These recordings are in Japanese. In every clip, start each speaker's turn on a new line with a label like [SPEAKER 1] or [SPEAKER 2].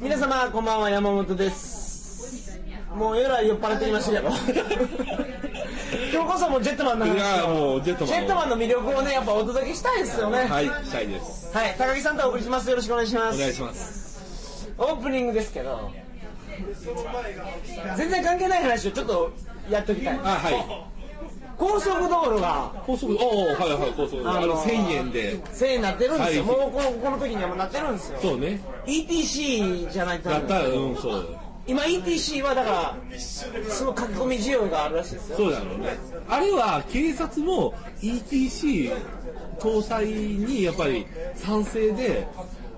[SPEAKER 1] 皆様こんばんは山本ですもうえらい酔っ払ってきましたけど 今日こそもうジェットマンの
[SPEAKER 2] い
[SPEAKER 1] 話
[SPEAKER 2] やー
[SPEAKER 1] を
[SPEAKER 2] もうジェット
[SPEAKER 1] ジ
[SPEAKER 2] マン
[SPEAKER 1] ェットマンの魅力をねやっぱお届けしたいですよねは、
[SPEAKER 2] はいいしたいです
[SPEAKER 1] 高木さんとお送りしますよろしくお願いしま
[SPEAKER 2] お
[SPEAKER 1] す
[SPEAKER 2] 願いします
[SPEAKER 1] オープニングですけど全然関係ない話をちょっとやっときたい
[SPEAKER 2] あはい
[SPEAKER 1] 高速道路が
[SPEAKER 2] 高速おおはいはい高速あ
[SPEAKER 1] あの
[SPEAKER 2] の
[SPEAKER 1] ー
[SPEAKER 2] 1000円で
[SPEAKER 1] 1000円になってるんですよ、
[SPEAKER 2] はい
[SPEAKER 1] もうこのこの時にはもうなってるんですよ
[SPEAKER 2] そうね
[SPEAKER 1] ETC じゃないと
[SPEAKER 2] だったらうんそう
[SPEAKER 1] 今 ETC はだからその書き込み需要があるらしいですよ
[SPEAKER 2] そうだろうねあれは警察も ETC 搭載にやっぱり賛成で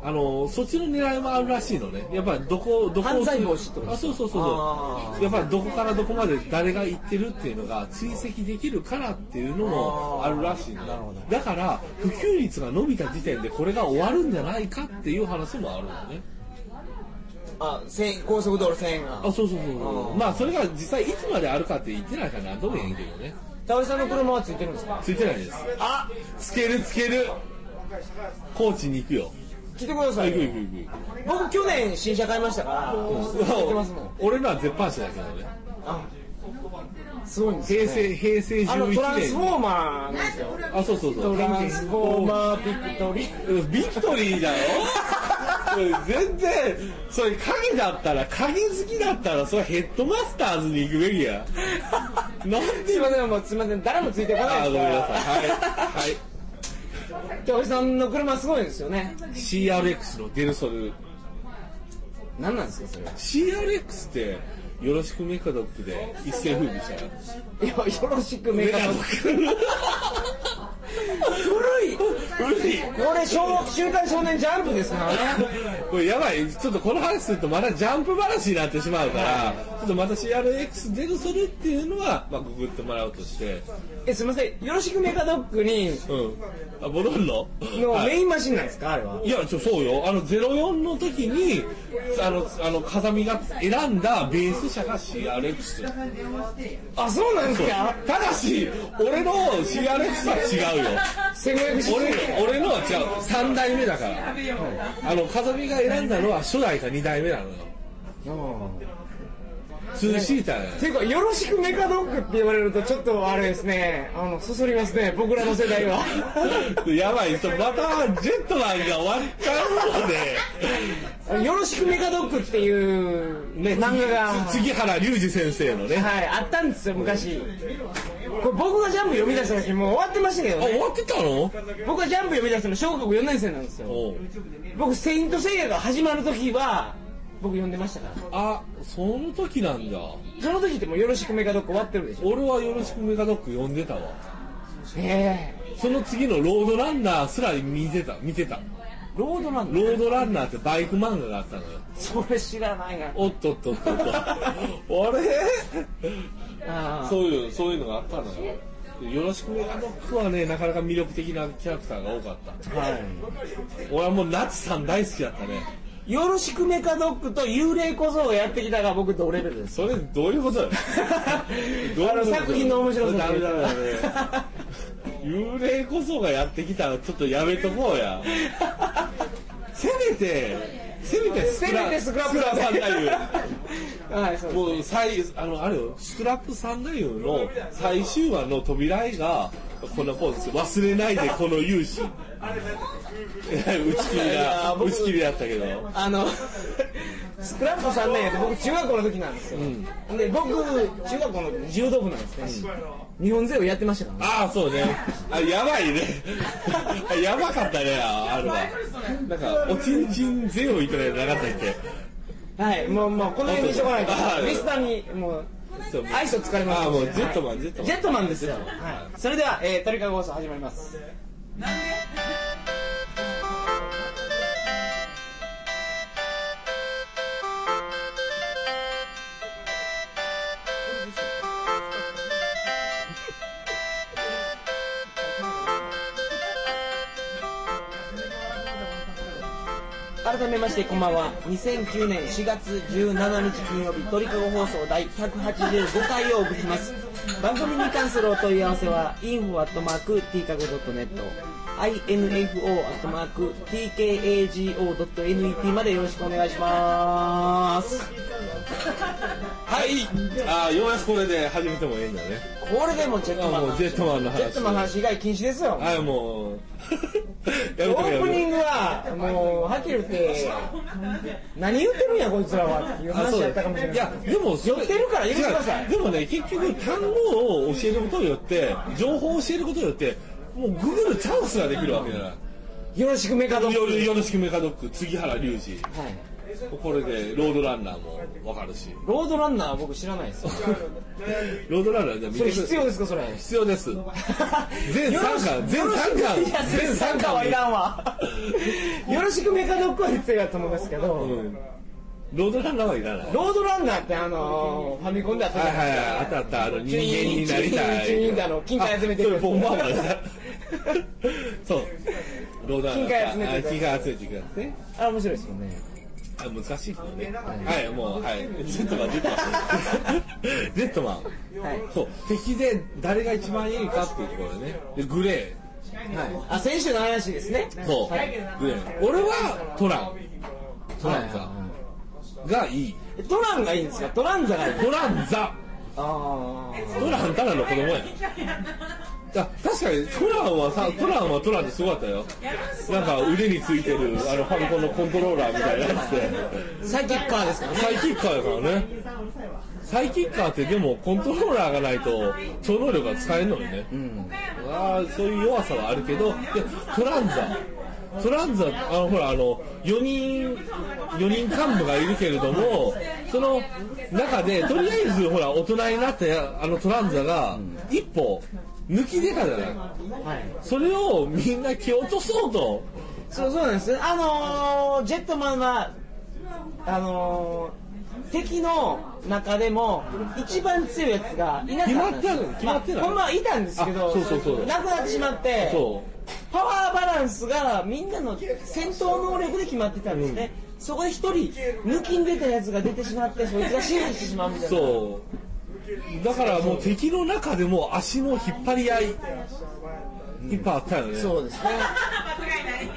[SPEAKER 2] あのそっちの狙いもあるらしいのねやっぱどこどこ
[SPEAKER 1] 犯罪防止ってこと
[SPEAKER 2] あそうそうそう
[SPEAKER 1] あ
[SPEAKER 2] そうやっぱどこからどこまで誰が行ってるっていうのが追跡できるからっていうのもあるらしいんだ
[SPEAKER 1] なるほど
[SPEAKER 2] だから普及率が伸びた時点でこれが終わるんじゃないかっていう話もあるのね
[SPEAKER 1] あ千高速道路1000円が
[SPEAKER 2] あそうそうそうそううんまあそれが実際いつまであるかって言ってないからなんとも言えんけどね
[SPEAKER 1] 田尾さんの車はついてるんですか
[SPEAKER 2] ついてないです
[SPEAKER 1] あ
[SPEAKER 2] つけるつける高知に行くよ
[SPEAKER 1] 来てくださ
[SPEAKER 2] 行
[SPEAKER 1] い
[SPEAKER 2] く
[SPEAKER 1] よ
[SPEAKER 2] 行く行
[SPEAKER 1] 僕去年新車買いましたから
[SPEAKER 2] く
[SPEAKER 1] 行ってますもん
[SPEAKER 2] 俺のは絶版車だけどね
[SPEAKER 1] あすごいんですよ
[SPEAKER 2] 平成平成
[SPEAKER 1] あのトラ
[SPEAKER 2] 11
[SPEAKER 1] ンスフ
[SPEAKER 2] 年
[SPEAKER 1] ォーマーなんですよ
[SPEAKER 2] あそうそうそう
[SPEAKER 1] トランスフォーマーピクトリ
[SPEAKER 2] うんビクトリーだようん全然それ影だったら影好きだったらそれヘッドマスターズに行くべき やなんです
[SPEAKER 1] いませんもうすいません誰もついてこない
[SPEAKER 2] あ
[SPEAKER 1] です
[SPEAKER 2] ごめん
[SPEAKER 1] か
[SPEAKER 2] な
[SPEAKER 1] ら
[SPEAKER 2] さいはい、は
[SPEAKER 1] 田尾さんの車すごいんですよね
[SPEAKER 2] い、CRX のデルソル
[SPEAKER 1] 何なんですかそれ
[SPEAKER 2] CRX ってよろしくメカドックで一世風靡したよ
[SPEAKER 1] いやよろしくメ
[SPEAKER 2] メ
[SPEAKER 1] カ
[SPEAKER 2] カド
[SPEAKER 1] ドック
[SPEAKER 2] ック
[SPEAKER 1] 古い
[SPEAKER 2] 古い
[SPEAKER 1] これ小週刊少年ジャンプですからね
[SPEAKER 2] これやばいちょっとこの話するとまたジャンプ話になってしまうからちょっとまた CRX 出るそれっていうのは、まあ、ググってもらうとして
[SPEAKER 1] えすみませんよろしくメカドックに
[SPEAKER 2] うんあ戻るの
[SPEAKER 1] の
[SPEAKER 2] は
[SPEAKER 1] メ
[SPEAKER 2] い
[SPEAKER 1] インマシンなんですかあれはい
[SPEAKER 2] やちょそうよあの04の時にあのあの風見が選んだベース車が CRX
[SPEAKER 1] あそうなんですか
[SPEAKER 2] ただし俺の CRX は違うよ俺
[SPEAKER 1] 1500cc
[SPEAKER 2] 俺のは違う3代目だからあの風見が選んだのは初代か2代目なのよ2シーターなのよ
[SPEAKER 1] ていうかよろしくメカドックって言われるとちょっとあれですねあのそそりますね僕らの世代 は
[SPEAKER 2] やばい、そうまたジェットマンが終わっちゃうので、
[SPEAKER 1] よろしくメカドックっていう
[SPEAKER 2] ね、
[SPEAKER 1] 漫画が
[SPEAKER 2] つ杉原隆二先生のね、
[SPEAKER 1] はいあったんですよ昔これ僕がジャンプ読み出した時もう終わってましたけど
[SPEAKER 2] あ、
[SPEAKER 1] ね
[SPEAKER 2] 終わってたの
[SPEAKER 1] 僕がジャンプ読み出したの小学校4年生なんですよ
[SPEAKER 2] おう
[SPEAKER 1] 僕「セイント・セイヤ」が始まる時は僕読んでましたから
[SPEAKER 2] あ、その時なんだ。
[SPEAKER 1] その時ってもうよろしくメカドック終わってるでしょ
[SPEAKER 2] 俺はよろしくメガドック読んでたわ。
[SPEAKER 1] ええ
[SPEAKER 2] その次のロードランナーすら見てた、見てた。
[SPEAKER 1] ロードラン
[SPEAKER 2] ロードランナーってバイク漫画があったのよ。
[SPEAKER 1] それ知らないな
[SPEAKER 2] おっとっとっ とっと。あれ
[SPEAKER 1] ああ
[SPEAKER 2] そういう、そういうのがあったのよ。よろしくメガドックはね、なかなか魅力的なキャラクターが多かった。
[SPEAKER 1] は
[SPEAKER 2] 俺はもうナツさん大好きだったね
[SPEAKER 1] いよろしくメカドックと幽霊小僧をやってきたが僕同レベルです
[SPEAKER 2] それどういうことだ よどういう
[SPEAKER 1] あ
[SPEAKER 2] ことだよ
[SPEAKER 1] の作品の面白さ
[SPEAKER 2] ダメダメダメ幽霊こそがやってきたらちょっとやめとこう やせめてせめてス
[SPEAKER 1] せ
[SPEAKER 2] クラ
[SPEAKER 1] めてスクラップ
[SPEAKER 2] スクラさんだよ
[SPEAKER 1] はいそう
[SPEAKER 2] もう最あのあれよスクラップ三太夫の最終話の扉絵がこんなポーズです忘れないでこの勇姿打ち切り
[SPEAKER 1] いや
[SPEAKER 2] だ
[SPEAKER 1] ー僕
[SPEAKER 2] 打ち切りだったけど
[SPEAKER 1] あのスクラップ3年やって僕中学校の時なんですよ、で僕中学校の時柔道部なんですね、日本勢をやってましたからね
[SPEAKER 2] ああそうねあやばいねあやばかったねああれはなんかおちんちんゼロいただいてなかったっけ
[SPEAKER 1] はいもうもうこの辺にしとかないと
[SPEAKER 2] はい
[SPEAKER 1] ミスターにもう
[SPEAKER 2] そう
[SPEAKER 1] 愛想疲れました
[SPEAKER 2] ああもうジェットマン、ジェットマン
[SPEAKER 1] ジェットマンですよ、はい、それでは、えー、トリカゴ放送始まります改めましてこんばんは2009年4月17日金曜日鳥かご放送第185回をお送りします番組に関するお問い合わせは info.tkago.net info.tkago.net までよろしくお願いしますはい
[SPEAKER 2] ああようやくこれで始めてもいいんだね
[SPEAKER 1] これでもジェットマンの
[SPEAKER 2] もう
[SPEAKER 1] 話
[SPEAKER 2] ジェットマンの話
[SPEAKER 1] ジェットマンの話以外禁止ですよ
[SPEAKER 2] はいもう やめ
[SPEAKER 1] オ
[SPEAKER 2] とけ
[SPEAKER 1] ー
[SPEAKER 2] や
[SPEAKER 1] プニ
[SPEAKER 2] め
[SPEAKER 1] ン
[SPEAKER 2] と
[SPEAKER 1] グはもうはっきり言って何言ってるんやこいつらはっていう
[SPEAKER 2] けあ
[SPEAKER 1] 話
[SPEAKER 2] そう
[SPEAKER 1] や
[SPEAKER 2] だ
[SPEAKER 1] ったかもしれない
[SPEAKER 2] いやでもそれ
[SPEAKER 1] 寄ってるから許してください
[SPEAKER 2] 違うでもね結局単語を教えることによって情報を教えることによってもうググるチャンスができるわけじゃない
[SPEAKER 1] よろしくメカドック
[SPEAKER 2] 夜夜の式メカドック杉原隆二
[SPEAKER 1] はい
[SPEAKER 2] これでロードランナーもわかるし
[SPEAKER 1] ロードランナーは僕知らないです よ
[SPEAKER 2] ロードランナーじゃあ見
[SPEAKER 1] それ
[SPEAKER 2] てくだ
[SPEAKER 1] 必
[SPEAKER 2] さい
[SPEAKER 1] 要ですかそれ
[SPEAKER 2] 必要です全3巻全3巻
[SPEAKER 1] いや全参加はいらんわよろしくメカドックは必要だと思いますけど、
[SPEAKER 2] うんロードランナーはいらない
[SPEAKER 1] ロードランナーってあのーファミコンであったじ
[SPEAKER 2] は
[SPEAKER 1] ゃ
[SPEAKER 2] い
[SPEAKER 1] ない
[SPEAKER 2] はい
[SPEAKER 1] ですか、
[SPEAKER 2] はいあったあったあの人間になり
[SPEAKER 1] 一人
[SPEAKER 2] たい
[SPEAKER 1] 一人あの金塊集めてくる
[SPEAKER 2] くるボンバーマンだそうロードランナー
[SPEAKER 1] 金塊集めてくる
[SPEAKER 2] あ金塊集めてくるやつね
[SPEAKER 1] あ面白いですもんね
[SPEAKER 2] あ難しいけどねはいもうはいジェットマンジェットマンジェットマン
[SPEAKER 1] はい、
[SPEAKER 2] そう敵で誰が一番いいかっていうところでねでグレ
[SPEAKER 1] はい、あ先週の話ですね
[SPEAKER 2] ーそう、
[SPEAKER 1] はい
[SPEAKER 2] グレー俺はトラントランザ、がいい
[SPEAKER 1] えトランがいいんですかトランザがいい
[SPEAKER 2] トランザ
[SPEAKER 1] あ
[SPEAKER 2] トランただの子供やあ確かにトランはさトランはトランですごかったよなんか腕についてるあのファミコンのコントローラーみたいなやつで
[SPEAKER 1] あサイキッカーですからね
[SPEAKER 2] サイキッカーやからねサイキッカーってでもコントローラーがないと超能力が使えるのにね、
[SPEAKER 1] うん
[SPEAKER 2] あーそういう弱さはあるけどでトランザトランザあのほらあの4人4人幹部がいるけれどもその中でとりあえずほら大人になってあのトランザが一歩抜き出たじゃない
[SPEAKER 1] はい
[SPEAKER 2] それをみんな蹴落とそうと
[SPEAKER 1] そうそうなんですあのージェットマンはあのー敵の中でも一番強いやつがいなかったんですよ
[SPEAKER 2] 決まってない決まってない
[SPEAKER 1] あほんまはいたんですけど
[SPEAKER 2] あそうそうそう
[SPEAKER 1] なくなってしまって
[SPEAKER 2] そう
[SPEAKER 1] パワーバランスがみんなの戦闘能力で決まってたんですね、そこで一人抜きん出たやつが出てしまってそいつが支配してしまうみたいな
[SPEAKER 2] そうだからもう敵の中でも足の引っ張り合いいっぱいあったよね、
[SPEAKER 1] そうですね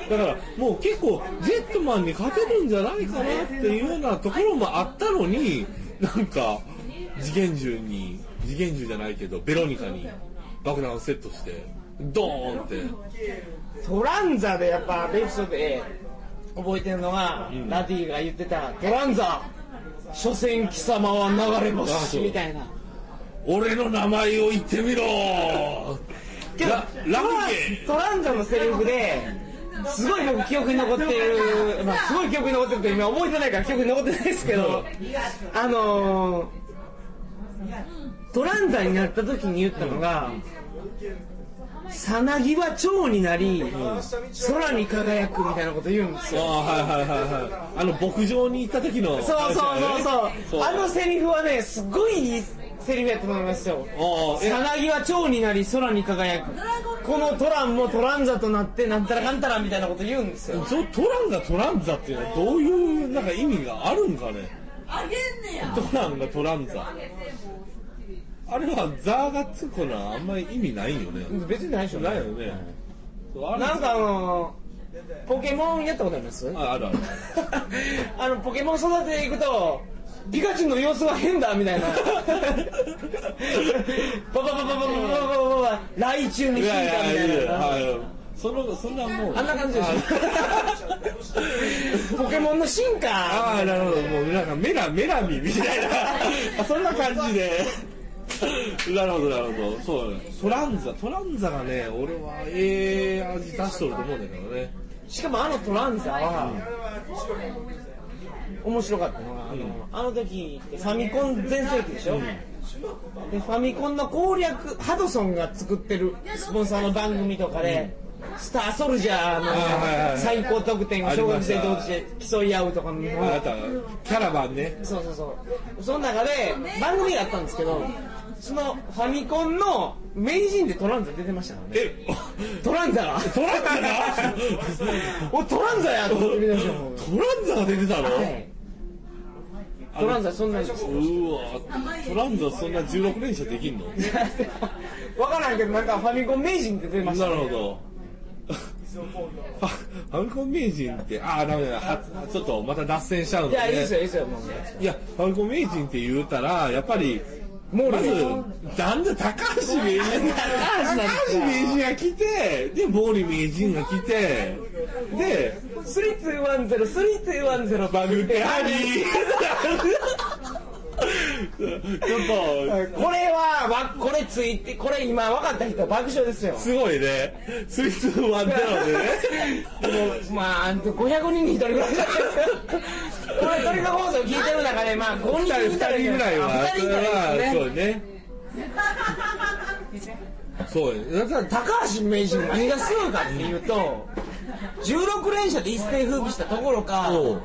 [SPEAKER 2] だからもう結構ジェットマンに勝てるんじゃないかなっていうようなところもあったのになんか次元銃に次元銃じゃないけどベロニカに爆弾をセットしてドーンって
[SPEAKER 1] トランザでやっぱベイプソで覚えてるのが、ラディが言ってた「トランザ所詮貴様は流れ
[SPEAKER 2] あ
[SPEAKER 1] 星」
[SPEAKER 2] そう
[SPEAKER 1] みたいな
[SPEAKER 2] 俺の名前を言ってみろ
[SPEAKER 1] けど
[SPEAKER 2] ララ
[SPEAKER 1] トラ
[SPEAKER 2] ムゲ
[SPEAKER 1] トランザのセリフですごい僕記憶に残ってる、まあ、すごい記憶に残ってるけど今覚えてないから記憶に残ってないですけどあのートランザになった時に言ったのが「さなぎは蝶になり空に輝く」みたいなこと言うんです
[SPEAKER 2] あ
[SPEAKER 1] よ
[SPEAKER 2] あはいはいはいはいあの牧場に行った時の
[SPEAKER 1] そうそうそうそう
[SPEAKER 2] そう
[SPEAKER 1] あのセリフはねすごいいいセリフやと思いますよ
[SPEAKER 2] ああえ
[SPEAKER 1] さなぎは蝶になり空に輝くこのトランもトランザとなってなんたらかんたらみたいなこと言うんですよ
[SPEAKER 2] そトランザトランザっていうのはどういうなんか意味があるんかね
[SPEAKER 3] あげんねや
[SPEAKER 2] トランがトランザあれはザーがつくのはあんまり意味ないよね
[SPEAKER 1] 別にないでしょ
[SPEAKER 2] ないよねそうあれ
[SPEAKER 1] なんかあのーポケモンやったことあります
[SPEAKER 2] ああるある
[SPEAKER 1] あのポケモン育てていくとピカチュウの様子が変だみたいなパパパパパパパパパパ来中に
[SPEAKER 2] い
[SPEAKER 1] 死んだみ
[SPEAKER 2] やいや
[SPEAKER 1] た
[SPEAKER 2] いやい
[SPEAKER 1] い
[SPEAKER 2] や
[SPEAKER 1] な
[SPEAKER 2] はいそのそんなもう
[SPEAKER 1] あんな感じでしょ ポケモンの進
[SPEAKER 2] あ
[SPEAKER 1] 化
[SPEAKER 2] あなるほどもうなんかメラメラミみたいな あそんな感じでなるほどなるほどそうだねトランザトランザがね俺はええ味出しとると思うんだけどね
[SPEAKER 1] しかもあのトランザは面白かったのがあの,、あの時ってファミコン全盛期でしょ、でファミコンの攻略ハドソンが作ってるスポンサーの番組とかで、スターソルジャ
[SPEAKER 2] あはいはい
[SPEAKER 1] ー
[SPEAKER 2] はい
[SPEAKER 1] の最高得点を小学生同士で競い合うとかの
[SPEAKER 2] あなたキャラバンね
[SPEAKER 1] そうそうそうその中で番組があったんですけどそのファミコンの名人でトランザ出てましたからね
[SPEAKER 2] え
[SPEAKER 1] トランザが
[SPEAKER 2] トランザが
[SPEAKER 1] おトランザやと思って見てましたもん
[SPEAKER 2] トランザが出てたの、
[SPEAKER 1] はいトランザそんなんです
[SPEAKER 2] うーわトランザそんな16連射できんの
[SPEAKER 1] 分からんけどなんかファミコン名人って出てました
[SPEAKER 2] な
[SPEAKER 1] ね
[SPEAKER 2] るほどファファミコン名人って、ああ、ダメだな、はちょっとまた脱線しちゃうの
[SPEAKER 1] い
[SPEAKER 2] で、
[SPEAKER 1] や、いいですよ、
[SPEAKER 2] ね。
[SPEAKER 1] いいですよ、もう。
[SPEAKER 2] いや、ファミコン名人って言うたら、やっぱり、
[SPEAKER 1] もう
[SPEAKER 2] まず
[SPEAKER 1] ね、
[SPEAKER 2] なんだ、高橋名人。
[SPEAKER 1] なんだ
[SPEAKER 2] 高橋名人が来て、で、毛利名人が来て、で、
[SPEAKER 1] 3210、3210
[SPEAKER 2] バグってハリー。ちょっと、
[SPEAKER 1] これは、わこれついて、これ今分かった人爆笑ですよ。
[SPEAKER 2] すごいね。スイスワンゼロでね。
[SPEAKER 1] まあ、あんた500人に1人ぐら いだったんですよ。これ、トリカ放送聞いてる中で、まあ、5
[SPEAKER 2] 二
[SPEAKER 1] 人
[SPEAKER 2] 人
[SPEAKER 1] に1
[SPEAKER 2] 二
[SPEAKER 1] 人
[SPEAKER 2] 人ぐらいは
[SPEAKER 1] あ、2人
[SPEAKER 2] そ
[SPEAKER 1] ぐ
[SPEAKER 2] れ
[SPEAKER 1] らいで
[SPEAKER 2] は
[SPEAKER 1] す
[SPEAKER 2] そ
[SPEAKER 1] ね。
[SPEAKER 2] うね。そうね。だから
[SPEAKER 1] 高橋名人何がすごいかっていうと、16連射で一世風靡したところか、
[SPEAKER 2] そう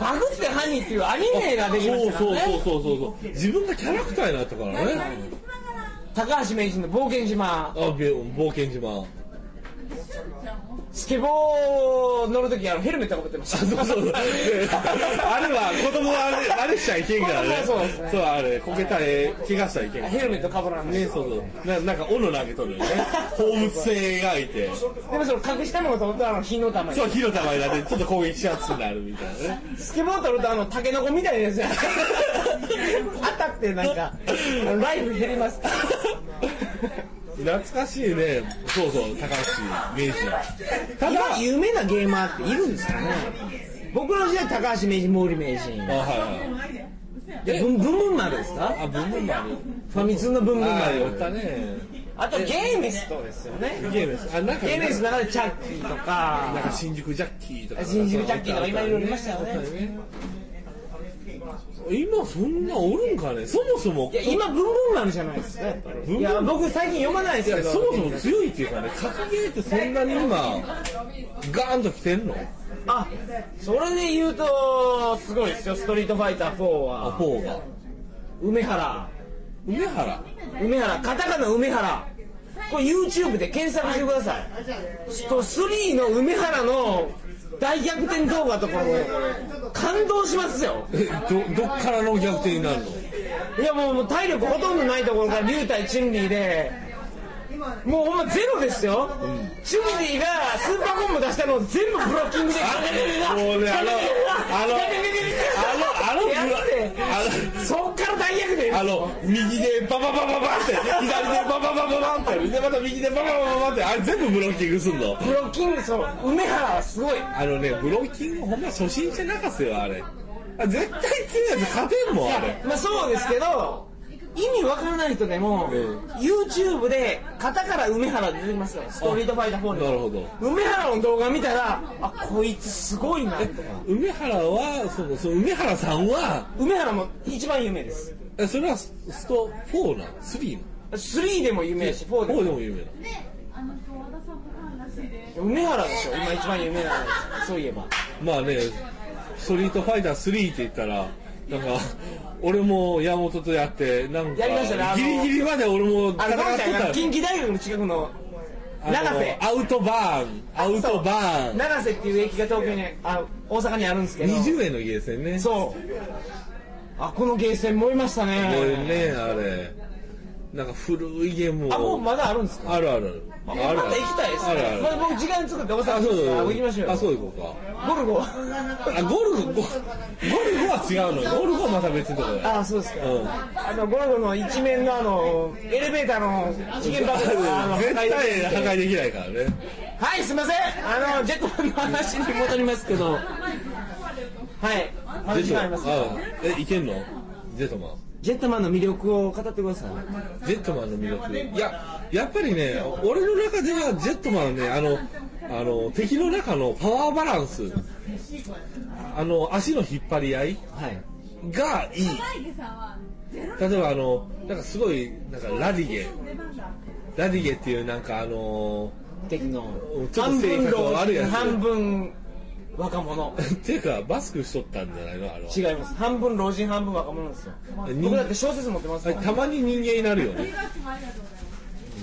[SPEAKER 1] バグってハニーっていうアニメができま
[SPEAKER 2] そ
[SPEAKER 1] し
[SPEAKER 2] う
[SPEAKER 1] たか
[SPEAKER 2] そう
[SPEAKER 1] らね。
[SPEAKER 2] そうそうそう。自分がキャラクターになったからね。
[SPEAKER 1] 高橋名人の冒険島
[SPEAKER 2] あ、、び冒険島。
[SPEAKER 1] スケボー乗るとき、あの、ヘルメットかぶってまし
[SPEAKER 2] あ、
[SPEAKER 1] た。
[SPEAKER 2] そうそうそう。であれは子供はあれあれしちゃいけんからね。
[SPEAKER 1] 子供はそうですね
[SPEAKER 2] そう、あれ、こけたり、怪我しちゃいけんから
[SPEAKER 1] ヘルメットかぶらんで
[SPEAKER 2] ね、そうそう。ななんか、斧投げとるよね。放物線描いて。
[SPEAKER 1] でもその隠したのがと思ったらあの火の玉に
[SPEAKER 2] そう、火の玉になって、ちょっと攻撃しやすくなるみたいなね。
[SPEAKER 1] スケボー取るとあのタケノコみたい ですよ当たってなんかあのライフ減ります
[SPEAKER 2] 懐かしいね。そうそう、高橋名人。ただ、
[SPEAKER 1] 今有名なゲーマーっているんですかね僕の時代高橋名人毛利名人
[SPEAKER 2] あ、はいはい。
[SPEAKER 1] でブンブンブン丸ですか
[SPEAKER 2] あ、ブンブン丸。
[SPEAKER 1] ファミ通のブンブン
[SPEAKER 2] あ、やった
[SPEAKER 1] 丸
[SPEAKER 2] ね。
[SPEAKER 1] あとゲーメストですよね
[SPEAKER 2] ゲームです。あ、なんか、
[SPEAKER 1] ゲーメストの中でチャッキーとか
[SPEAKER 2] なんか新宿ジャッキーとか。
[SPEAKER 1] 新宿ジャッキーとか今いろいろいましたよね
[SPEAKER 2] 今そんなおるんかねそもそも
[SPEAKER 1] いや今ブンブン丸じゃないですかやっぱ
[SPEAKER 2] ブンブ
[SPEAKER 1] り
[SPEAKER 2] ン
[SPEAKER 1] いや僕最近読まないですけど
[SPEAKER 2] そもそも強いっていうかね格ゲーってそんなに今ガーンと来てんの
[SPEAKER 1] あそれで言うとすごいですよ「ストリートファイター4は」
[SPEAKER 2] アポーが
[SPEAKER 1] 梅原
[SPEAKER 2] 梅原
[SPEAKER 1] 梅原カタカナ梅原これ YouTube で検索してくださいスト3の梅原の大逆転動画とかも感動しますよ
[SPEAKER 2] えどどっからの逆転になるの
[SPEAKER 1] いやもうもう体力ほとんどないところから竜対チュンリーでもうほんまゼロですよ、チュンリーがスーパーコンボ出したのを全部ブロッキングで
[SPEAKER 2] もうねあのあのあのあの
[SPEAKER 1] やってそっから大逆転
[SPEAKER 2] あの右でバババババって左でバババババってでまた右でバババババってあれ全部ブロッキングすんの
[SPEAKER 1] ブロッキングそう梅原はすごい
[SPEAKER 2] あのねブロッキングほんま初心者泣かせよあれあ絶対強いやつ勝てんもんあれ
[SPEAKER 1] まあそうですけど意味わからない人でも、
[SPEAKER 2] ええ
[SPEAKER 1] YouTube で型から梅原出てきますよストリートファイター4で
[SPEAKER 2] なるほど
[SPEAKER 1] 梅原の動画見たらあこいつすごいなとか
[SPEAKER 2] 梅原はそのその梅原さんは
[SPEAKER 1] 梅原も一番有名です
[SPEAKER 2] えそれはススト4なの3なの
[SPEAKER 1] 3でも有名やし4でも
[SPEAKER 2] 4でも有名なの
[SPEAKER 1] 梅原でしょ今一番有名なのそういえば
[SPEAKER 2] まあね、ストリートファイター3って言ったら、なんか、俺も山本とやって、なんか、
[SPEAKER 1] やりましたねあの
[SPEAKER 2] ギリギリまで俺
[SPEAKER 1] あ
[SPEAKER 2] も
[SPEAKER 1] のゴンちゃんが
[SPEAKER 2] た
[SPEAKER 1] 近畿大学の近くの
[SPEAKER 2] あの
[SPEAKER 1] 長瀬
[SPEAKER 2] アウトバーン、アウトバーン。
[SPEAKER 1] 長瀬っていう駅が東京にあ大阪にあるんですけど
[SPEAKER 2] 20円のゲーセンね。
[SPEAKER 1] そうあこのゲーセン燃えましたね
[SPEAKER 2] これね、あれ。なんか古いゲームを。
[SPEAKER 1] あもうまだあるんですか
[SPEAKER 2] あるある。あるある。
[SPEAKER 1] また行きたいですね
[SPEAKER 2] あるある。
[SPEAKER 1] まあ、僕時間作って大阪
[SPEAKER 2] あ、
[SPEAKER 1] に
[SPEAKER 2] そうそう
[SPEAKER 1] 行きましょうよ
[SPEAKER 2] あ、そう行こう
[SPEAKER 1] ゴル ゴ
[SPEAKER 2] か。あ、ゴルゴ、ゴゴルゴは違うのよ。ゴルゴはまた別のとこだよ。
[SPEAKER 1] あそうですか、
[SPEAKER 2] うん
[SPEAKER 1] あのゴルゴの一面のあのエレベーターの一元爆あの
[SPEAKER 2] 絶対破壊できないからね。
[SPEAKER 1] はいすいませんあのジェットマンの話に戻りますけどはいまだ時間あります
[SPEAKER 2] あえ、いけんのジェットマン。
[SPEAKER 1] ジェットマンの魅力を語ってください
[SPEAKER 2] ジェットマンの魅力。いや、やっぱりね、俺の中ではジェットマンはね、あの、あの、敵の中のパワーバランス、あの、足の引っ張り合い
[SPEAKER 1] はい
[SPEAKER 2] がいい。例えばあの、なんかすごい、なんかラディゲ。ラディゲっていうなんかあの、
[SPEAKER 1] 敵の
[SPEAKER 2] ちょっと性格が悪いやつ
[SPEAKER 1] 半分若者
[SPEAKER 2] っていうかバスクしとったんじゃないのあの。
[SPEAKER 1] 違います半分老人半分若者ですよ
[SPEAKER 2] 人
[SPEAKER 1] 僕だって小説持ってます
[SPEAKER 2] は
[SPEAKER 1] か
[SPEAKER 2] い
[SPEAKER 1] ら
[SPEAKER 2] たまに人間になるよね。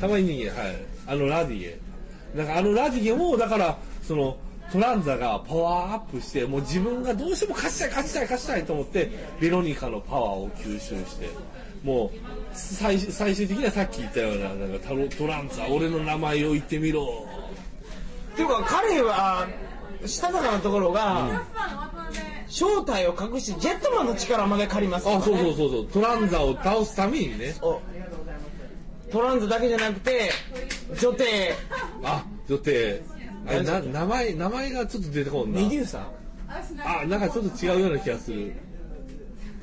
[SPEAKER 2] たまに人間、はい。あのラディゲ。なんかあのラディゲも、だから、その、トランザがパワーアップして、もう自分がどうしても勝ちたい、勝ちたい、勝ちたいと思って、ベロニカのパワーを吸収して、もう、最終最終的にはさっき言ったような、なんかタロトランザ、俺の名前を言ってみろ。
[SPEAKER 1] ていうか彼はしたたかなところが、正体を隠してジェットマンの力まで借りますから
[SPEAKER 2] あ
[SPEAKER 1] ね
[SPEAKER 2] そうそうそうそうトランザを倒すためにね
[SPEAKER 1] おトランズだけじゃなくて女帝
[SPEAKER 2] あ女帝あれな名前名前がちょっと出てこんな
[SPEAKER 1] メデューサ
[SPEAKER 2] あなんかちょっと違うような気がする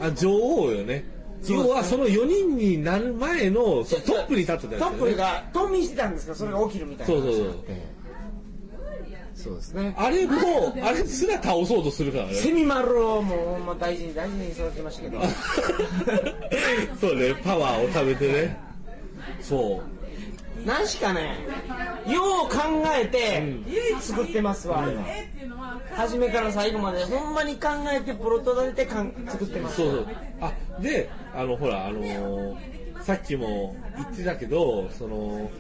[SPEAKER 2] あ女王よね要はその4人になる前のそのトップに立ってたやつ
[SPEAKER 1] ト
[SPEAKER 2] よ
[SPEAKER 1] ップ
[SPEAKER 2] ね
[SPEAKER 1] が冬眠してたんですかそれが起きるみたいな
[SPEAKER 2] そうそうそう
[SPEAKER 1] そうですね
[SPEAKER 2] あれもあれすら倒そうとするからね
[SPEAKER 1] セミマルをもうほんま大事に大事に育てましたけ ど
[SPEAKER 2] そうねパワーを食べてねそう
[SPEAKER 1] 何しかねよう考えて作ってますわ、あれは初めから最後までほんまに考えてプロット立ててかん作ってます
[SPEAKER 2] そうそうあであのほらあのーさっきも言ってたけどその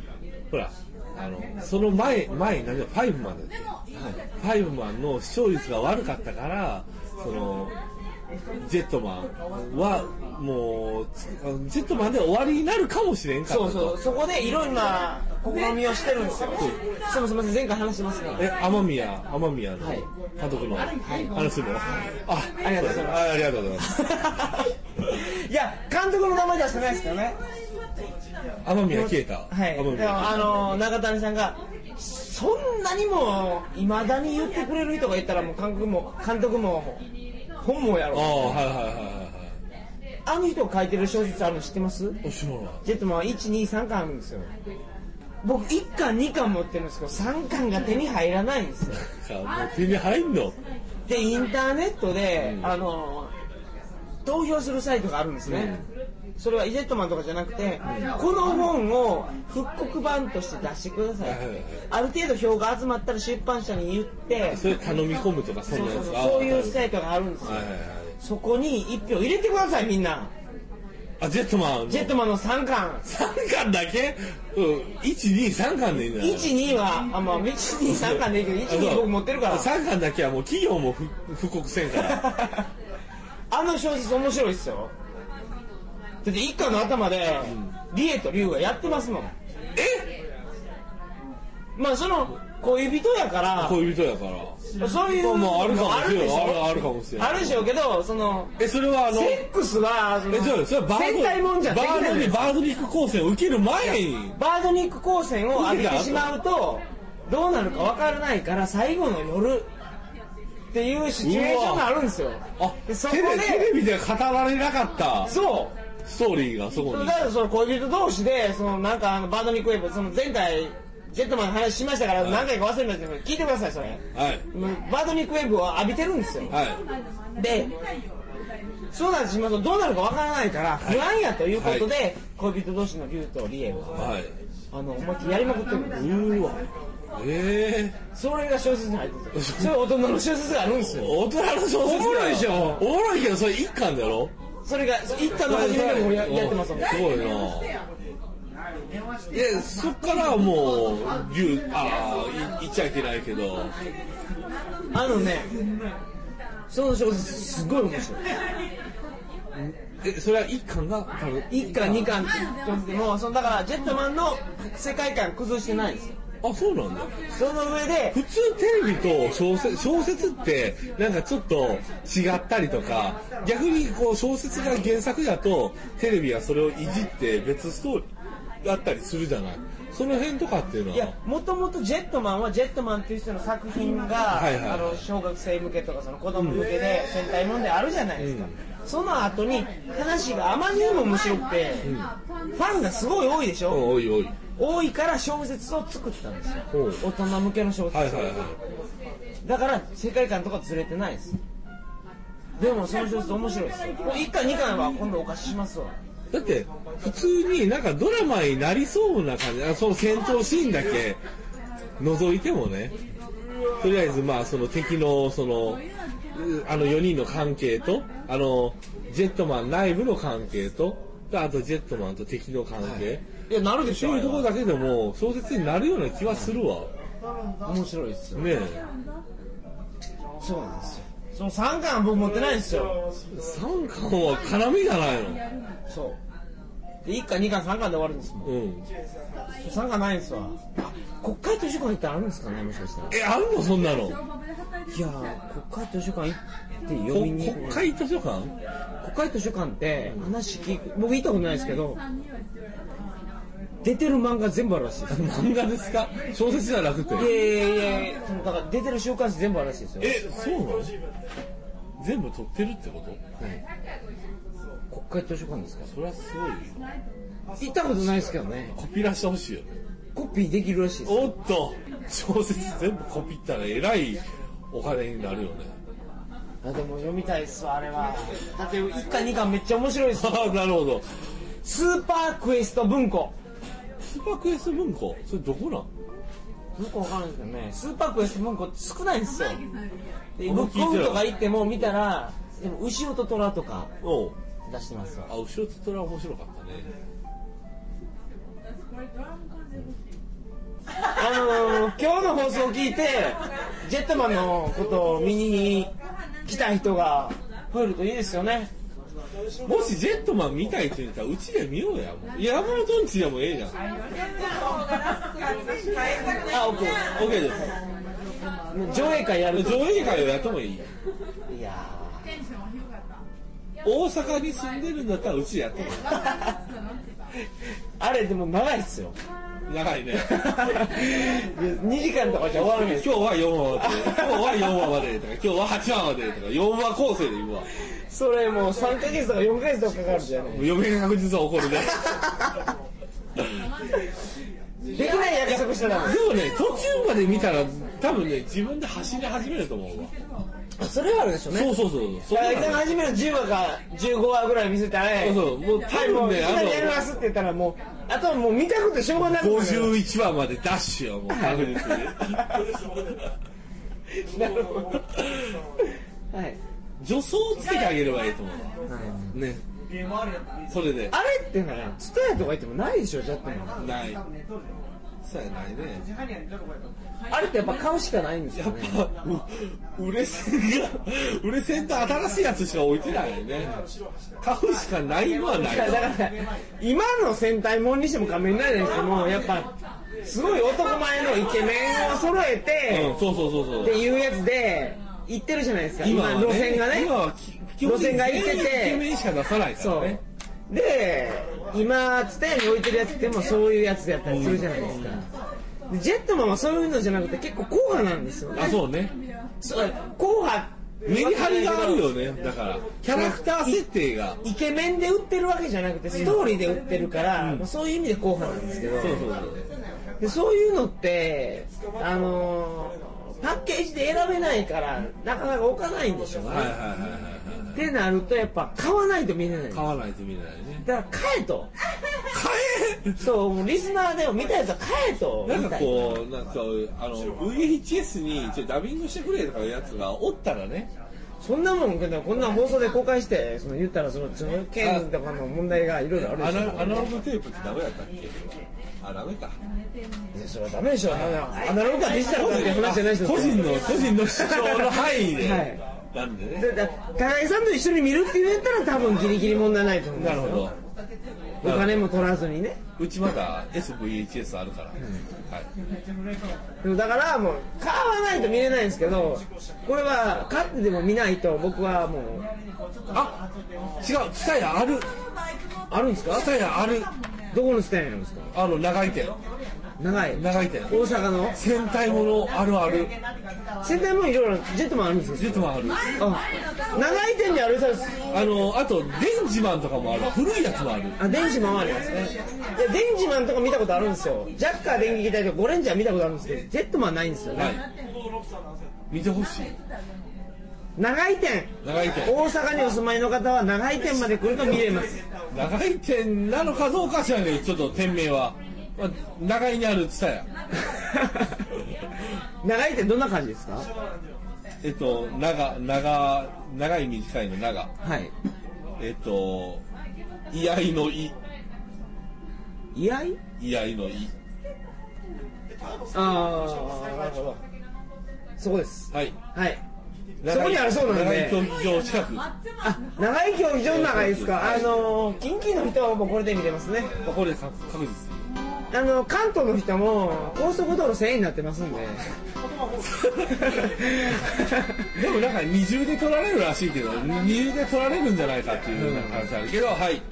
[SPEAKER 2] ほらあのその前前何だファイブマンだっけ、ファイブマンの視聴率が悪かったからそのジェットマンはもうつジェットマンで終わりになるかもしれんかった
[SPEAKER 1] そ
[SPEAKER 2] と
[SPEAKER 1] うそうそこでいろんな試みをしてるんですよすみませんすいません前回話してますが
[SPEAKER 2] え天宮天宮の
[SPEAKER 1] はい
[SPEAKER 2] 監督の話も、あ
[SPEAKER 1] ありがとうございます
[SPEAKER 2] あありがとうございます
[SPEAKER 1] いや監督の名前出してないですからね
[SPEAKER 2] 天宮啓太
[SPEAKER 1] はい
[SPEAKER 2] 天宮
[SPEAKER 1] でもあの中谷さんがそんなにもいまだに言ってくれる人がいたらもう監督も監督も本望や
[SPEAKER 2] ああ
[SPEAKER 1] ろ
[SPEAKER 2] はいはいはいはい
[SPEAKER 1] あの人が書いてる小説あるの知ってます
[SPEAKER 2] おしまら
[SPEAKER 1] ジェットマンは123巻あるんですよ僕1巻2巻持ってるんですけど3巻が手に入らないんですよ
[SPEAKER 2] さあもう手に入んの
[SPEAKER 1] でインターネットで、
[SPEAKER 2] うん
[SPEAKER 1] あの投票するサイトがあるんですね、それはイジェットマンとかじゃなくて、この本を復刻版として出してください、
[SPEAKER 2] はいはいはい
[SPEAKER 1] ある程度票が集まったら出版社に言って
[SPEAKER 2] それ頼み込むとかそん
[SPEAKER 1] そう
[SPEAKER 2] な
[SPEAKER 1] そ
[SPEAKER 2] や
[SPEAKER 1] う
[SPEAKER 2] つ
[SPEAKER 1] そう
[SPEAKER 2] あ
[SPEAKER 1] そういうサ
[SPEAKER 2] は
[SPEAKER 1] イトがあるんですよ、
[SPEAKER 2] いはいはい
[SPEAKER 1] そこに1票入れてくださいみんな
[SPEAKER 2] あジェットマン
[SPEAKER 1] ジェットマンの3巻
[SPEAKER 2] 3巻だけうん123巻でいいんだよ
[SPEAKER 1] 12はあまあ123巻でいいけど12僕持ってるから
[SPEAKER 2] 3巻だけはもう企業もふ 復刻せんから
[SPEAKER 1] あの小説面白いっすよだって一家の頭で、リエとリュウがやってますもん
[SPEAKER 2] え
[SPEAKER 1] まあその恋人やから
[SPEAKER 2] 恋人やから
[SPEAKER 1] そういう
[SPEAKER 2] まあまああるかもしれない
[SPEAKER 1] でしょ
[SPEAKER 2] あるあるかもしれない
[SPEAKER 1] あるでしょうけどその
[SPEAKER 2] えそれはあの
[SPEAKER 1] セックスはその
[SPEAKER 2] えじゃあそれはバ
[SPEAKER 1] 戦隊もん
[SPEAKER 2] ー
[SPEAKER 1] じゃ
[SPEAKER 2] ド
[SPEAKER 1] で
[SPEAKER 2] バ
[SPEAKER 1] き
[SPEAKER 2] ー
[SPEAKER 1] ない
[SPEAKER 2] ド
[SPEAKER 1] んで
[SPEAKER 2] に
[SPEAKER 1] す
[SPEAKER 2] バードリック光線を受ける前に
[SPEAKER 1] バードニック光線を浴びてしまうとどうなるかわからないから最後の夜っていうシチュエーションがあるんですよ
[SPEAKER 2] あ
[SPEAKER 1] で
[SPEAKER 2] テ
[SPEAKER 1] そこで
[SPEAKER 2] レテレビでは語られなかった
[SPEAKER 1] そう
[SPEAKER 2] ストーリーがそこ
[SPEAKER 1] だ
[SPEAKER 2] に
[SPEAKER 1] からその恋人同士でそのなんかあのバードニックウェーブその前回ジェットマンの話しましたから何回か忘れましたけど聞いてくださいそれ
[SPEAKER 2] はい
[SPEAKER 1] もうバードニックウェーブを浴びてるんですよ
[SPEAKER 2] はい
[SPEAKER 1] でそうなってしまうとどうなるかわからないから不安やということで恋人同士の竜とリエは
[SPEAKER 2] はい
[SPEAKER 1] あの思いっきりやりまくってるんで
[SPEAKER 2] う
[SPEAKER 1] すよ
[SPEAKER 2] ーわええ
[SPEAKER 1] それが小説に入ってるそれは大人の小説があるんですよ
[SPEAKER 2] 大人の小説だよ
[SPEAKER 1] おもろいでしょ
[SPEAKER 2] おもろいけどそれ一巻だろ
[SPEAKER 1] それが一家の初めでもややってますもん
[SPEAKER 2] すごいなでそっからはもう言うああ言っちゃいけないけど
[SPEAKER 1] あのねその小説すごい面白い
[SPEAKER 2] えそれは一巻が多分
[SPEAKER 1] 1巻2巻ってもうそのだからジェットマンの世界観崩してないんですよ
[SPEAKER 2] あそうなんだ
[SPEAKER 1] その上で
[SPEAKER 2] 普通テレビと小説小説ってなんかちょっと違ったりとか逆にこう小説が原作だとテレビはそれをいじって別ストーリーだったりするじゃないその辺とかっていうのはい
[SPEAKER 1] やもともとジェットマンはジェットマンっていう人の作品が、
[SPEAKER 2] いはいはい
[SPEAKER 1] あの小学生向けとかその子供向けで戦隊もんであるじゃないですか、その後に話があまりにも面白くて、ファンがすごい多いでし
[SPEAKER 2] うん
[SPEAKER 1] ょ、
[SPEAKER 2] おいおい
[SPEAKER 1] 多いから小説を作ったんですよ
[SPEAKER 2] ほう
[SPEAKER 1] 大人向けの小説を、
[SPEAKER 2] はいはいはい
[SPEAKER 1] だから世界観とかずれてないですでもその小説面白いですよ1巻2巻は今度お貸ししますわ
[SPEAKER 2] だって普通になんかドラマになりそうな感じあその戦闘シーンだけ覗いてもねとりあえずまあその敵のそのうあの4人の関係とあのジェットマン内部の関係とであとジェットマンと敵の関係、
[SPEAKER 1] いやなるでし
[SPEAKER 2] そう
[SPEAKER 1] ょ
[SPEAKER 2] いうところだけでも小説になるような気はするわ
[SPEAKER 1] 面白いですよ
[SPEAKER 2] ねえ
[SPEAKER 1] そうなんですよその3巻は僕持ってないんですよ
[SPEAKER 2] 3巻は絡みじゃない
[SPEAKER 1] そうで1巻2巻3巻で終わるんですもん
[SPEAKER 2] のうん
[SPEAKER 1] 3巻ないんですわ国会図書館行ったらあるんですかねもしかしたら
[SPEAKER 2] えあるのそんなの
[SPEAKER 1] いやー国会図書館行って読
[SPEAKER 2] こ
[SPEAKER 1] みに行く
[SPEAKER 2] 国会図書館
[SPEAKER 1] 国会図書館って話聞く僕行ったことないですけど出てる漫画全部あるらしいですよ
[SPEAKER 2] 漫画ですか小説じゃなくて
[SPEAKER 1] いやいやいやそのだから出てる週刊誌全部あるらしいですよ
[SPEAKER 2] えそうなの全部取ってるってこと
[SPEAKER 1] 国会図書館ですか
[SPEAKER 2] それはすごいよ
[SPEAKER 1] 行ったことないですけどね
[SPEAKER 2] コピらしてほしいよね
[SPEAKER 1] コピーできるらしいですよ
[SPEAKER 2] おっと小説全部コピったらえらいお金になるよね
[SPEAKER 1] あでも読みたいっすわあれはだって1巻2巻めっちゃ面白いですよ
[SPEAKER 2] ああなるほど
[SPEAKER 1] スーパークエスト文庫
[SPEAKER 2] スーパークエスト文庫それどこなん
[SPEAKER 1] よくわかるんですけどねスーパークエスト文庫って少ないんですよで
[SPEAKER 2] 僕
[SPEAKER 1] ブ
[SPEAKER 2] も
[SPEAKER 1] ッ
[SPEAKER 2] 聞いて
[SPEAKER 1] ク
[SPEAKER 2] る
[SPEAKER 1] オフとか行っても見たらでも牛尾と虎とか
[SPEAKER 2] おう
[SPEAKER 1] 出してますわ
[SPEAKER 2] あ後ろと虎面白かったね
[SPEAKER 1] あのー今日の放送を聞いてジェットマンのことを見に来た人が増えるといいですよね
[SPEAKER 2] もしジェットマン見たいって言ったらうちで見ようやもう山本んちでもええじゃん
[SPEAKER 1] あオッケー
[SPEAKER 2] OK です
[SPEAKER 1] 上映会やると
[SPEAKER 2] 上映会をやってもいい
[SPEAKER 1] いや
[SPEAKER 2] 大阪に住んでるんだったらうちでやってもい
[SPEAKER 1] ーあれでも長いっすよ
[SPEAKER 2] い長 いね
[SPEAKER 1] 2時間とかじゃ終わるん
[SPEAKER 2] 今
[SPEAKER 1] です
[SPEAKER 2] 日は4話まで今日は4話までとか今日は8話までとか4話構成で言うわも
[SPEAKER 1] それもう3ヶ月とか4ヶ月とかかかるじゃないう
[SPEAKER 2] 嫁が確実は怒 るね
[SPEAKER 1] できない約束したら
[SPEAKER 2] でもね途中まで見たら多分ね自分で走り始めると思うわ
[SPEAKER 1] それはあるでしょうね
[SPEAKER 2] そうそうそうそ
[SPEAKER 1] だ
[SPEAKER 2] う
[SPEAKER 1] から
[SPEAKER 2] な
[SPEAKER 1] 一旦
[SPEAKER 2] の
[SPEAKER 1] 初めの10話か15話ぐらい見せたら
[SPEAKER 2] そうそうもう
[SPEAKER 1] は
[SPEAKER 2] 多
[SPEAKER 1] い、も
[SPEAKER 2] 分
[SPEAKER 1] う、
[SPEAKER 2] ね
[SPEAKER 1] 今
[SPEAKER 2] あ
[SPEAKER 1] やりますって言ったら、もう、あとはもう見たくてしょうがなく
[SPEAKER 2] の
[SPEAKER 1] なる。
[SPEAKER 2] 51話までダッシュよもう確実に
[SPEAKER 1] なるほど。はい。
[SPEAKER 2] 助走をつけてあげればいいと思うねそれで
[SPEAKER 1] あれってな、ツタヤとか行ってもないでしょ、ジャックマン
[SPEAKER 2] ないそうやないね
[SPEAKER 1] あれってやっぱ買うしかないんです
[SPEAKER 2] や
[SPEAKER 1] よ
[SPEAKER 2] っ
[SPEAKER 1] ね。
[SPEAKER 2] ぱう売れ線が売れ線と新しいやつしか置いてないよね買うしかないのはない
[SPEAKER 1] だから、今の戦隊もんにしても仮面ライダーにしても、やっぱ、すごい男前のイケメンを揃え
[SPEAKER 2] うん
[SPEAKER 1] て、
[SPEAKER 2] そうそうそうそ
[SPEAKER 1] っ
[SPEAKER 2] う
[SPEAKER 1] ていうやつで、行ってるじゃないですか。今、
[SPEAKER 2] は
[SPEAKER 1] 路線がね。
[SPEAKER 2] 今は基本
[SPEAKER 1] 路
[SPEAKER 2] 的に
[SPEAKER 1] 線が行ってて
[SPEAKER 2] 全員イケメンしか出さないか
[SPEAKER 1] そ
[SPEAKER 2] ら
[SPEAKER 1] う
[SPEAKER 2] ね。
[SPEAKER 1] で、今、ツタヤに置いてるやつってもそういうやつやったりするじゃないですか。でジェットマンはそういうのじゃなくて結構硬派なんですよね。
[SPEAKER 2] あそうね
[SPEAKER 1] そう硬派。
[SPEAKER 2] メリハリがあるよねだからキャラクター設定が
[SPEAKER 1] イケメンで売ってるわけじゃなくてストーリーで売ってるから、まあそういう意味で硬派なんですけど
[SPEAKER 2] そうそうそう
[SPEAKER 1] でそういうのってあのーパッケージで選べないからなかなか置かないんでしょうね、
[SPEAKER 2] はいはいはいはいはい
[SPEAKER 1] ってなるとやっぱ買わないと見れない
[SPEAKER 2] 買
[SPEAKER 1] だか
[SPEAKER 2] わないと見れないね
[SPEAKER 1] ら買えと
[SPEAKER 2] 買え
[SPEAKER 1] そうもうリスナーでも見たやつは買えと
[SPEAKER 2] なんか
[SPEAKER 1] み
[SPEAKER 2] こう、なんかあの VHS にちょっとダビングしてくれとかいうやつがおったらね、
[SPEAKER 1] たいなそんなもんけどこんなん放送で公開してその言ったらその著名権とかの問題がいろいろあ
[SPEAKER 2] ア
[SPEAKER 1] るでしょ
[SPEAKER 2] ナアナログテープってダメだったっけあ、ダメか。
[SPEAKER 1] いやそれはダメでしょアナログかデジタルかっていう話じゃないですよ
[SPEAKER 2] 個人の、個人の主張の範囲で。
[SPEAKER 1] はい
[SPEAKER 2] なんでね。
[SPEAKER 1] だだ高井さんと一緒に見るって言ったら多分ギリギリ問題ないと思うんで
[SPEAKER 2] な
[SPEAKER 1] す
[SPEAKER 2] る
[SPEAKER 1] よ
[SPEAKER 2] ほど。
[SPEAKER 1] お金も取らずにね
[SPEAKER 2] うちまだ SVHS あるから。はい。
[SPEAKER 1] でもだからもう買わないと見れないんですけどこれは買ってでも見ないと僕はもう
[SPEAKER 2] あ、違う、ツタヤある。
[SPEAKER 1] あるんですか
[SPEAKER 2] ツタヤある。
[SPEAKER 1] どこのスタイルなんですか
[SPEAKER 2] あの、長い店。
[SPEAKER 1] 長い
[SPEAKER 2] 長い店。
[SPEAKER 1] 大阪の
[SPEAKER 2] 戦隊ものあるある。
[SPEAKER 1] 仙台もいろいろジェットマンあるんですよ
[SPEAKER 2] ジェットマンある。
[SPEAKER 1] あ長い点にあるさ
[SPEAKER 2] あの、あと、デンジマンとかもある。古いやつもある。
[SPEAKER 1] あ電磁マンはありますねいや電磁マンとか見たことあるんですよジャッカー電撃隊とかゴレンジャー見たことあるんですけどジェットマンないんですよね、
[SPEAKER 2] はい。見てほしい。
[SPEAKER 1] 長い点
[SPEAKER 2] 長井店。
[SPEAKER 1] 大阪にお住まいの方は長い点まで来ると見れます
[SPEAKER 2] 長井店なのかどうか知らないけど、ちょっと店名は。まあ、長井にあるツタヤ。
[SPEAKER 1] 長い点どんな感じですか
[SPEAKER 2] えっと、長、長、長い短いの長。
[SPEAKER 1] はい
[SPEAKER 2] えっと、居合のい、
[SPEAKER 1] 居合
[SPEAKER 2] 居合のい。
[SPEAKER 1] ああなるほどそこです
[SPEAKER 2] はい。
[SPEAKER 1] はい
[SPEAKER 2] 長井
[SPEAKER 1] そこにあるそうなん
[SPEAKER 2] 長井競
[SPEAKER 1] で
[SPEAKER 2] 技場近く。ま
[SPEAKER 1] あ長い競技場の長いですかあのー近畿の人はもうこれで見れますね
[SPEAKER 2] あこれ確確実に。
[SPEAKER 1] あの関東の人も高速道路1000円になってますんで
[SPEAKER 2] でもなんか二重で取られるらしいけど二重で取られるんじゃないかっていうような話あるけど、はい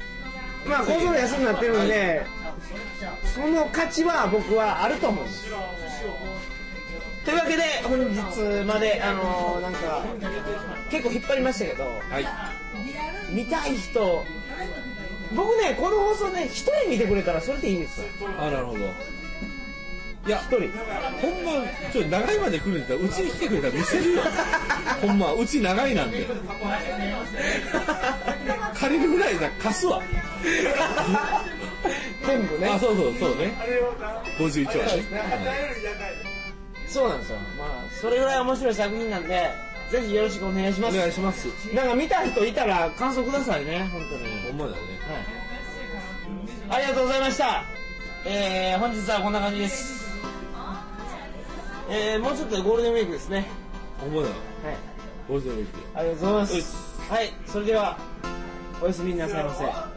[SPEAKER 1] まあ高速道路安くなってるんで、その価値は僕はあると思うんですというわけで本日まであのなんか結構引っ張りましたけど
[SPEAKER 2] はい
[SPEAKER 1] 見たい人僕ねこの放送ね一人見てくれたらそれでいいんですよ
[SPEAKER 2] あなるほどいや
[SPEAKER 1] 一人
[SPEAKER 2] ほんまちょっと長いまで来るんだったらうちに来てくれたら見せる よほんまうち長いなんで借りるぐらいだ貸すわ
[SPEAKER 1] 全部ね
[SPEAKER 2] あそうそうそうね51話ね
[SPEAKER 1] そうなんですよまあそれぐらい面白い作品なんでぜひよろしくお願いしま
[SPEAKER 2] お
[SPEAKER 1] す
[SPEAKER 2] 願いします
[SPEAKER 1] なんか見た人いたら感想くださいね本当に
[SPEAKER 2] ほんまだよね
[SPEAKER 1] ありがとうございました。えー、本日はこんな感じです。えー、もうちょっとでゴールデンウィークですね。
[SPEAKER 2] ほんまだよ
[SPEAKER 1] はい。
[SPEAKER 2] ゴールデンウィーク
[SPEAKER 1] ありがとうございます。はい、それでは、おやすみなさいませ。